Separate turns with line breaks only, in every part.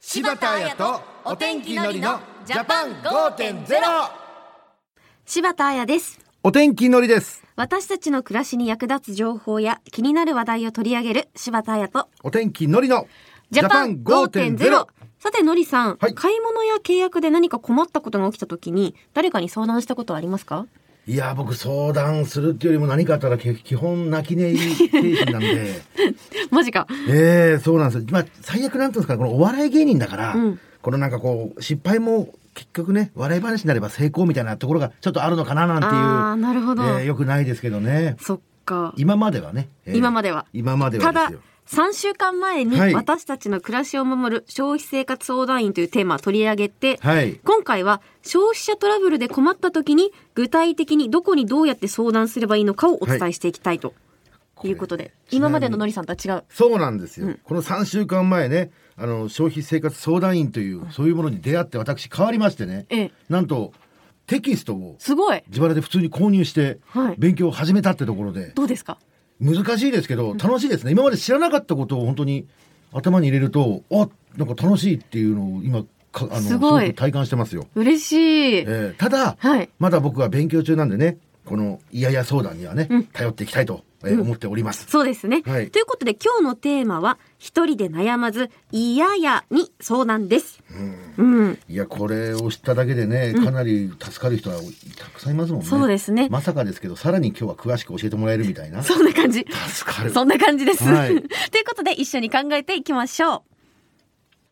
柴田彩とお天気のりのジャパン5.0
柴田彩です。
お天気のりです
私たちの暮らしに役立つ情報や気になる話題を取り上げる柴田彩と
お天気のりの
ジャパン5.0。さて、のりさん、
はい
買い物や契約で何か困ったことが起きたときに、誰かに相談したことはありますか
いや僕相談するっていうよりも何かあったら基基本泣き寝入り精神なんで
マジか。
ええそうなんですよまあ最悪なんていうんですかねこのお笑い芸人だから、
うん
このなんかこう失敗も結局ね笑い話になれば成功みたいなところがちょっとあるのかななんていう
あーなるほど
えよくないですけどね
そっか。
今まではね、えー
今までは
今までは
た
で
だ
すよ、
3週間前に
はい
私たちの暮らしを守る消費生活相談員というテーマを取り上げて、
はい
今回は消費者トラブルで困った時に具体的にどこにどうやって相談すればいいのかをお伝えしていきたいということで、
これ
今までの
ちな
の
みに
りさんとは違う。
そうなんですよ、この3週間前ねあの消費生活相談員というそういうものに出会って私変わりましてね、
ええ
なんとテキストを
すごい
自腹で普通に購入して
はい
勉強を始めたってところで、
どうですか
難しいですけど楽しいですね、今まで知らなかったことを本当に頭に入れるとあなんか楽しいっていうのを今かあの
すごい
く体感してますよ、
嬉しい。
ええただ、
はい
まだ僕は勉強中なんでねこのいやいや相談にはね、
うん
頼っていきたいと、えー思っております、
そうですね、
はい
ということで今日のテーマは、一人で悩まず、いややに相談です。うん。
いやこれを知っただけでねかなり助かる人はたくさんいますもんね、
そうですね
まさかですけどさらに今日は詳しく教えてもらえるみたいな
そんな感じ。
助かる
そんな感じです。
はい
ということで一緒に考えていきましょう。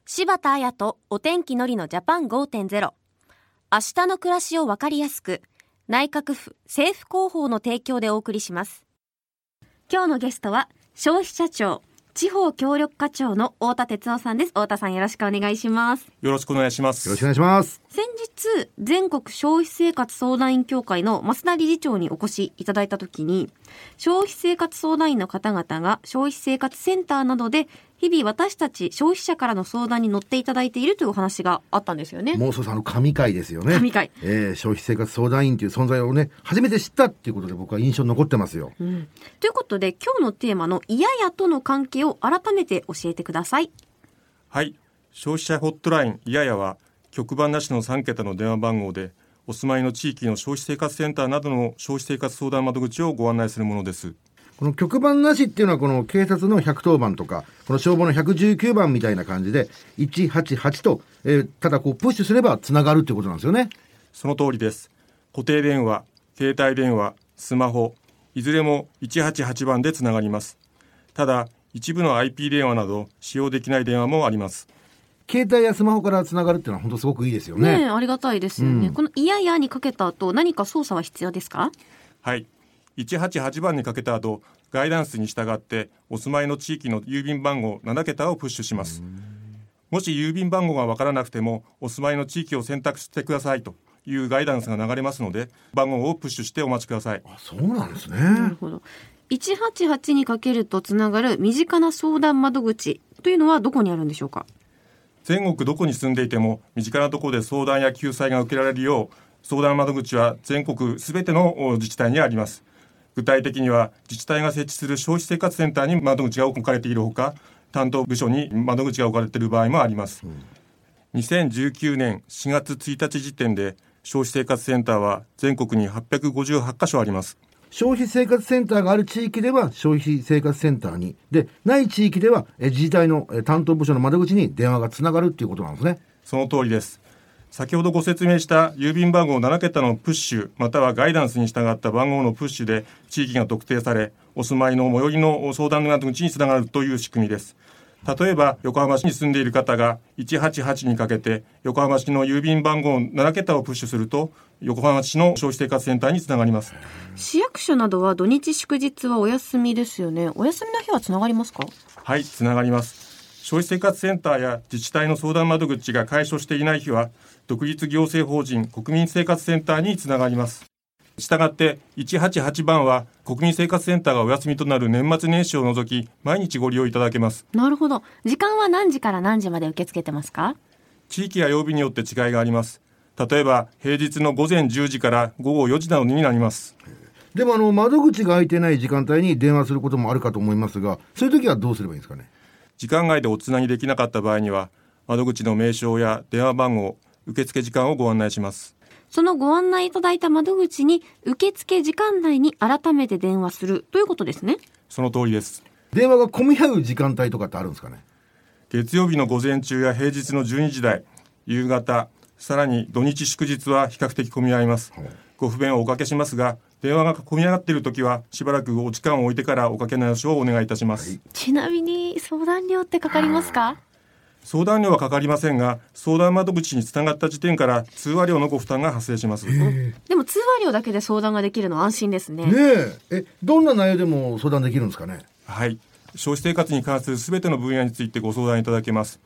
柴田彩とお天気のりのジャパン5.0。明日の暮らしをわかりやすく、内閣府政府広報の提供でお送りします。今日のゲストは消費者庁地方協力課長の太田哲夫さんです。太田さんよろしくお願いします。
よろしくお願いします。
よろしくお願いします
先日全国消費生活相談員協会の増田理事長にお越しいただいたときに消費生活相談員の方々が消費生活センターなどで日々私たち消費者からの相談に乗っていただいているというお話があったんですよね。
妄想さんの神回ですよね
神回
えー消費生活相談員という存在をね初めて知ったっていうことで僕は印象に残ってますよ
うんということで今日のテーマの「いやや」との関係を改めて教えてください。
はい。消費者ホットラインいややは局番なしの3桁の電話番号でお住まいの地域の消費生活センターなどの消費生活相談窓口をご案内するものです。
この局番なしっていうのはこの警察の110番とかこの消防の119番みたいな感じで188と、えーただこうプッシュすればつながるっていうことなんですよね
その通りです。固定電話、携帯電話、スマホ、いずれも188番でつながります。ただ、一部の IP 電話など使用できない電話もあります。
携帯やスマホからつながるっていうのは本当すごくいいですよ
ね
ね
えありがたいですよね。この「いやや」にかけた後何か操作は必要ですか
はい。188番にかけた後、ガイダンスに従って、お住まいの地域の郵便番号7桁をプッシュします。もし郵便番号がわからなくても、お住まいの地域を選択してくださいというガイダンスが流れますので、番号をプッシュしてお待ちください。
あそうなんですね、
なるほど。188にかけるとつながる身近な相談窓口というのはどこにあるんでしょうか
全国どこに住んでいても、身近なところで相談や救済が受けられるよう、相談窓口は全国すべてのお自治体にあります。具体的には、自治体が設置する消費生活センターに窓口が置かれているほか、担当部署に窓口が置かれている場合もあります。2019年4月1日時点で、消費生活センターは全国に858カ所あります。
消費生活センターがある地域では消費生活センターにでない地域ではえ自治体のえ担当部署の窓口に電話がつながるっていうことなんですね
その通りです。先ほどご説明した郵便番号7桁のプッシュまたはガイダンスに従った番号のプッシュで地域が特定されお住まいの最寄りの相談窓口につながるという仕組みです。例えば横浜市に住んでいる方が188にかけて横浜市の郵便番号7桁をプッシュすると横浜市の消費生活センターにつながります。
市役所などは土日祝日はお休みですよね。お休みの日はつながりますか
はい、つながります。消費生活センターや自治体の相談窓口が解消していない日は、独立行政法人国民生活センターにつながります。したがって、188番は国民生活センターがお休みとなる年末年始を除き、毎日ご利用いただけます。
なるほど。時間は何時から何時まで受け付けてますか
地域や曜日によって違いがあります。例えば、平日の午前10時から午後4時などになります。
でもあの窓口が開いてない時間帯に電話することもあるかと思いますがそういう時はどうすればいいんですかね
時間外でおつなぎできなかった場合には窓口の名称や電話番号、受付時間をご案内します。
そのご案内いただいた窓口に、受付時間内に改めて電話するということですね。
その通りです。
電話が混み合う時間帯とかってあるんですかね
月曜日の午前中や平日の12時台、夕方、さらに土日祝日は比較的混み合います。ご不便をおかけしますが、電話が混み上がっているときは、しばらくお時間を置いてからおかけ直しをお願いいたします。
ちなみに、相談料ってかかりますか
相談料はかかりませんが、相談窓口につながった時点から通話料のご負担が発生します。
でも通話料だけで相談ができるのは安心ですね。
ねええどんな内容でも相談できるんですかね
はい。消費生活に関する全ての分野についてご相談いただけます。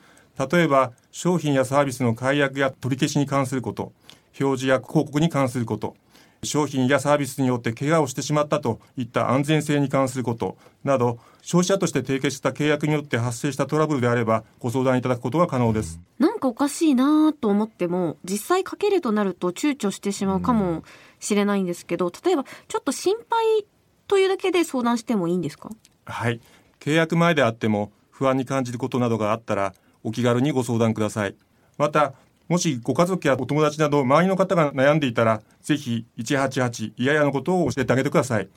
例えば、商品やサービスの解約や取り消しに関すること、表示や広告に関すること、商品やサービスによって怪我をしてしまったといった安全性に関することなど、消費者として締結した契約によって発生したトラブルであれば、ご相談いただくことが可能です。
なんかおかしいなと思っても、実際かけるとなると躊躇してしまうかもしれないんですけど、例えばちょっと心配というだけで相談してもいいんですか
はい。契約前であっても不安に感じることなどがあったらお気軽にご相談ください。また、もしご家族やお友達など周りの方が悩んでいたら、ぜひ188いややのことを教えてあげてください。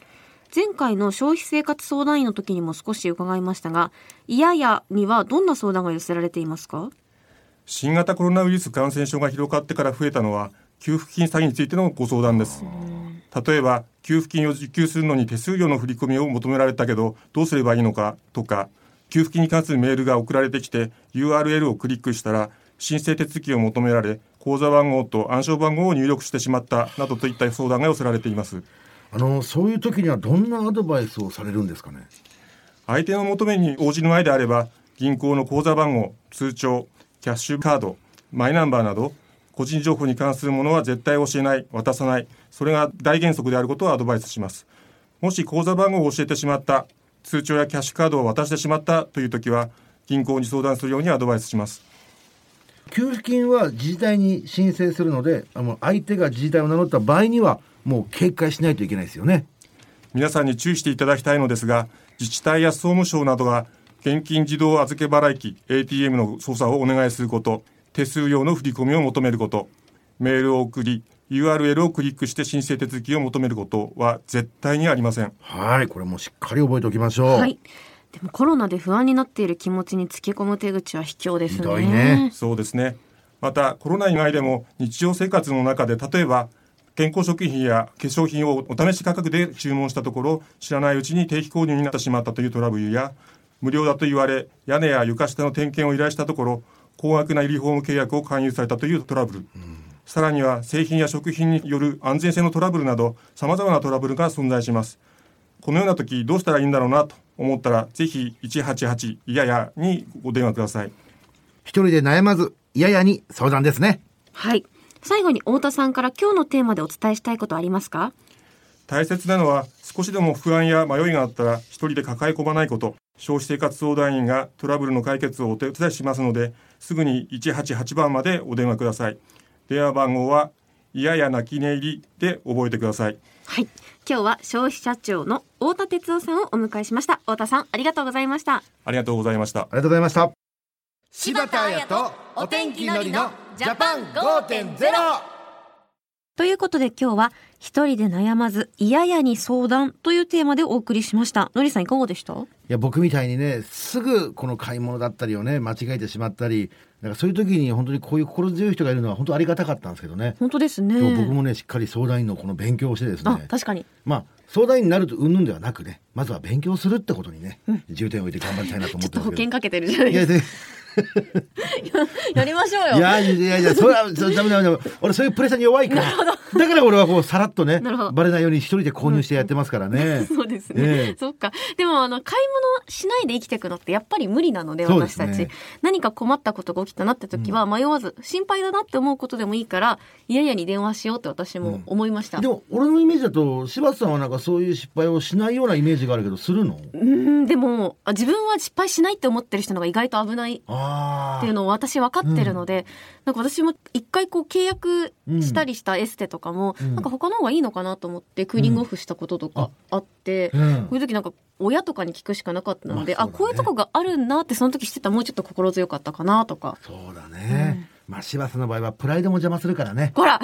前回の消費生活相談員の時にも少し伺いましたが、いややにはどんな相談が寄せられていますか
新型コロナウイルス感染症が広がってから増えたのは、給付金詐欺についてのご相談です。例えば、給付金を受給するのに手数料の振り込みを求められたけど、どうすればいいのかとか、給付金に関するメールが送られてきて、URL をクリックしたら、申請手続きを求められ、口座番号と暗証番号を入力してしまったなどといった相談が寄せられています。
あのそういう時にはどんなアドバイスをされるんですかね
相手の求めに応じる前であれば銀行の口座番号通帳キャッシュカードマイナンバーなど個人情報に関するものは絶対教えない渡さないそれが大原則であることをアドバイスしますもし口座番号を教えてしまった通帳やキャッシュカードを渡してしまったという時は銀行に相談するようにアドバイスします
給付金は自治体に申請するのであの相手が自治体を名乗った場合にはもう警戒しないといけないですよね
皆さんに注意していただきたいのですが自治体や総務省などが現金自動預け払い機 ATM の操作をお願いすること手数料の振り込みを求めることメールを送り URL をクリックして申請手続きを求めることは絶対にありません
はいこれもしっかり覚えておきましょう、
はい。でもコロナで不安になっている気持ちにつけ込む手口は卑怯ですね。
ひどいね
そうですねまたコロナ以外でも日常生活の中で例えば健康食品や化粧品をお試し価格で注文したところ知らないうちに定期購入になってしまったというトラブルや無料だと言われ屋根や床下の点検を依頼したところ高額なリフォーム契約を勧誘されたというトラブル、さらには製品や食品による安全性のトラブルなどさまざまなトラブルが存在しますこのような時どうしたらいいんだろうなと思ったらぜひ188いややにご電話ください
一人で悩まずややに相談ですね
はい。最後に太田さんから今日のテーマでお伝えしたいことありますか
大切なのは少しでも不安や迷いがあったら一人で抱え込まないこと消費生活相談員がトラブルの解決をお手伝いしますのですぐに188番までお電話ください電話番号は「いやや泣き寝入り」で覚えてください
はい。今日は消費者庁の太田哲夫さんをお迎えしました。太田さん、ありがとうございました。
ありがとうございました
ありがとうございました
柴田彩とお天気のりのジャパン5.0
ということで今日は、一人で悩まず、いややに相談というテーマでお送りしました。のりさん、いかがでした
いや僕みたいにねすぐこの買い物だったりをね間違えてしまったりなんかそういう時に本当にこういう心強い人がいるのは本当ありがたかったんですけどね、
本当です
で
ね。
も僕もねしっかり相談員のこの勉強をしてです
あ
ね、
確かに。
まあ相談員になると云々ではなくねまずは勉強するってことにね、重点を置いて頑張りたいなと
ち
思
ょ
っ
ってと
ま
保
すけ
険
ど
かけてるじゃない
いや
です
で
か。やりましょうよ。
いやいやいや、それは、それダメダメダメ。俺そういうプレッシャーに弱いから。だから俺はこう、さらっとね
なるほど、
バレないように一人で購入してやってますからね。
そうです
え
ね
え。
そっか。でも、あの、買い物しないで生きていくのってやっぱり無理なので、
そうで
私
すね
たち。何か困ったことが起きたなって時は、迷わず、心配だなって思うことでもいいから、いやいやに電話しようって私も思いました。
でも、俺のイメージだと、柴田さんはなんかそういう失敗をしないようなイメージがあるけど、するの
うーんでもあ自分は失敗しないって思ってる人の方が意外と危ない
あ
っていうのを私分かってるので、なんか私も一回こう契約したりしたエステとかも、
うん
なんか他の方がいいのかなと思ってクーリングオフしたこととかあって、
あ。うん
こういう時なんか親とかに聞くしかなかったので、
まあ
あ
そうだね
こういうとこがあるんだってその時してたらもうちょっと心強かったかなと か。
そうだね。まあ、柴田の場合はプライドも邪魔するからね。
ほら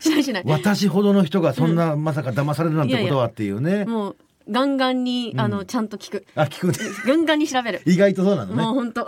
しないしない。
私ほどの人がそんな、まさか騙されるなんてことはっていうね。
もうガンガンに、
うん
あのちゃんと聞く。
あ、聞くね。
ガンガンに調べる。
意外とそうなの
もう
ね。
本当。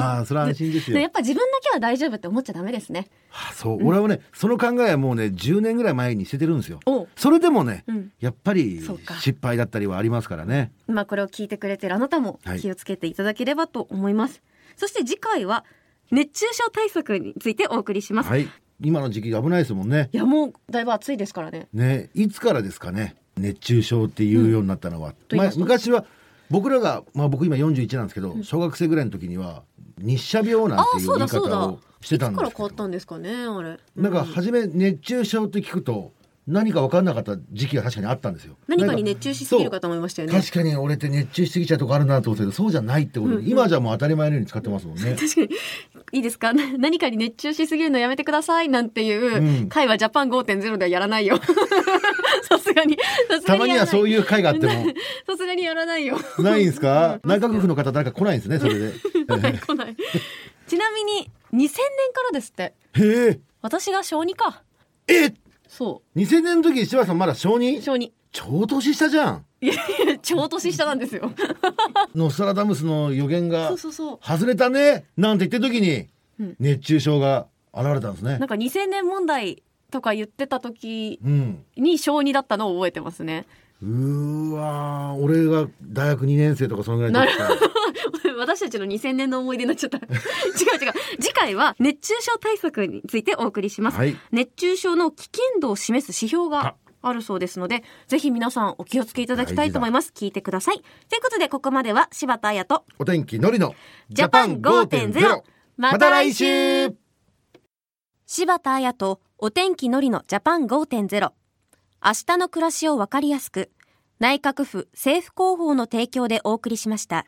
ああ、それは安心です
でや
よ
っ。ぱ自分だけは大丈夫って思っちゃダメですね。
あそう、俺はね、その考えはもうね、10年ぐらい前に捨ててるんですよ。
おう
それでもね、
うん
やっぱり
そうか
失敗だったりはありますからね。
まあこれを聞いてくれてるあなたも
はい
気をつけていただければと思います。そして次回は熱中症対策についてお送りします。い、
はい。今の時期危ないですもんね。
やもうだいぶ暑いですからね。
ね、いつからですかね。熱中症っていうようになったのは。
と言い
ま
ま
あ
すと
昔は、僕らが、まあ僕今41なんですけど、小学生ぐらいの時には、日射病なんていう言い方をして
いつ
た
か
ん
ら
ですけ
変わ
ど
ったんですかねあれ。
なんか
う
初め熱中症って聞くと何か分かんなかった時期が確かにあったんですよ。
何かに熱中しすぎるかと
も
思いましたよね。
確かに俺って熱中しすぎちゃうとこあるなと思ってたけどそうじゃないってことで、今じゃもう当たり前のように使ってますもんね。
確かにいいですか な何かに熱中しすぎるのやめてくださいなんていう、
うん
会はジャパン5.0ではやらないよ さすがにさすが
たまにはそう
う
いう会があっても
さすがにやらないよ
ないんですか内閣府の方誰か来ないんですねそれで。
はい来ないちなみに2000年からですって
へえ
私が小2か
え
そ
2000年の時に柴田さんまだ小
う
2?
小2
超年下じゃん
超年下な んですよ
ノストラダムスの予言が
そうそうそ
外れたねなんて言ってる時に
うん
熱中症が現れたんですね
うなん。か2000年問題とか言ってた時
うん
に小2だったのを覚えてますね
うーわー俺が大学2年生とかそのぐらいの時から
私たちの2000年の思い出になっちゃった 違う違う次回は熱中症対策についてお送りします、
はい
熱中症の危険度を示す指標があるそうですのでぜひ皆さんお気をつけいただきたいと思います聞いてくださいということでここまでは柴田彩と
お天気のりの
ジャパン5.0
また来週
柴田彩とお天気のりのジャパン5.0明日の暮らしをわかりやすく内閣府政府広報の提供でお送りしました。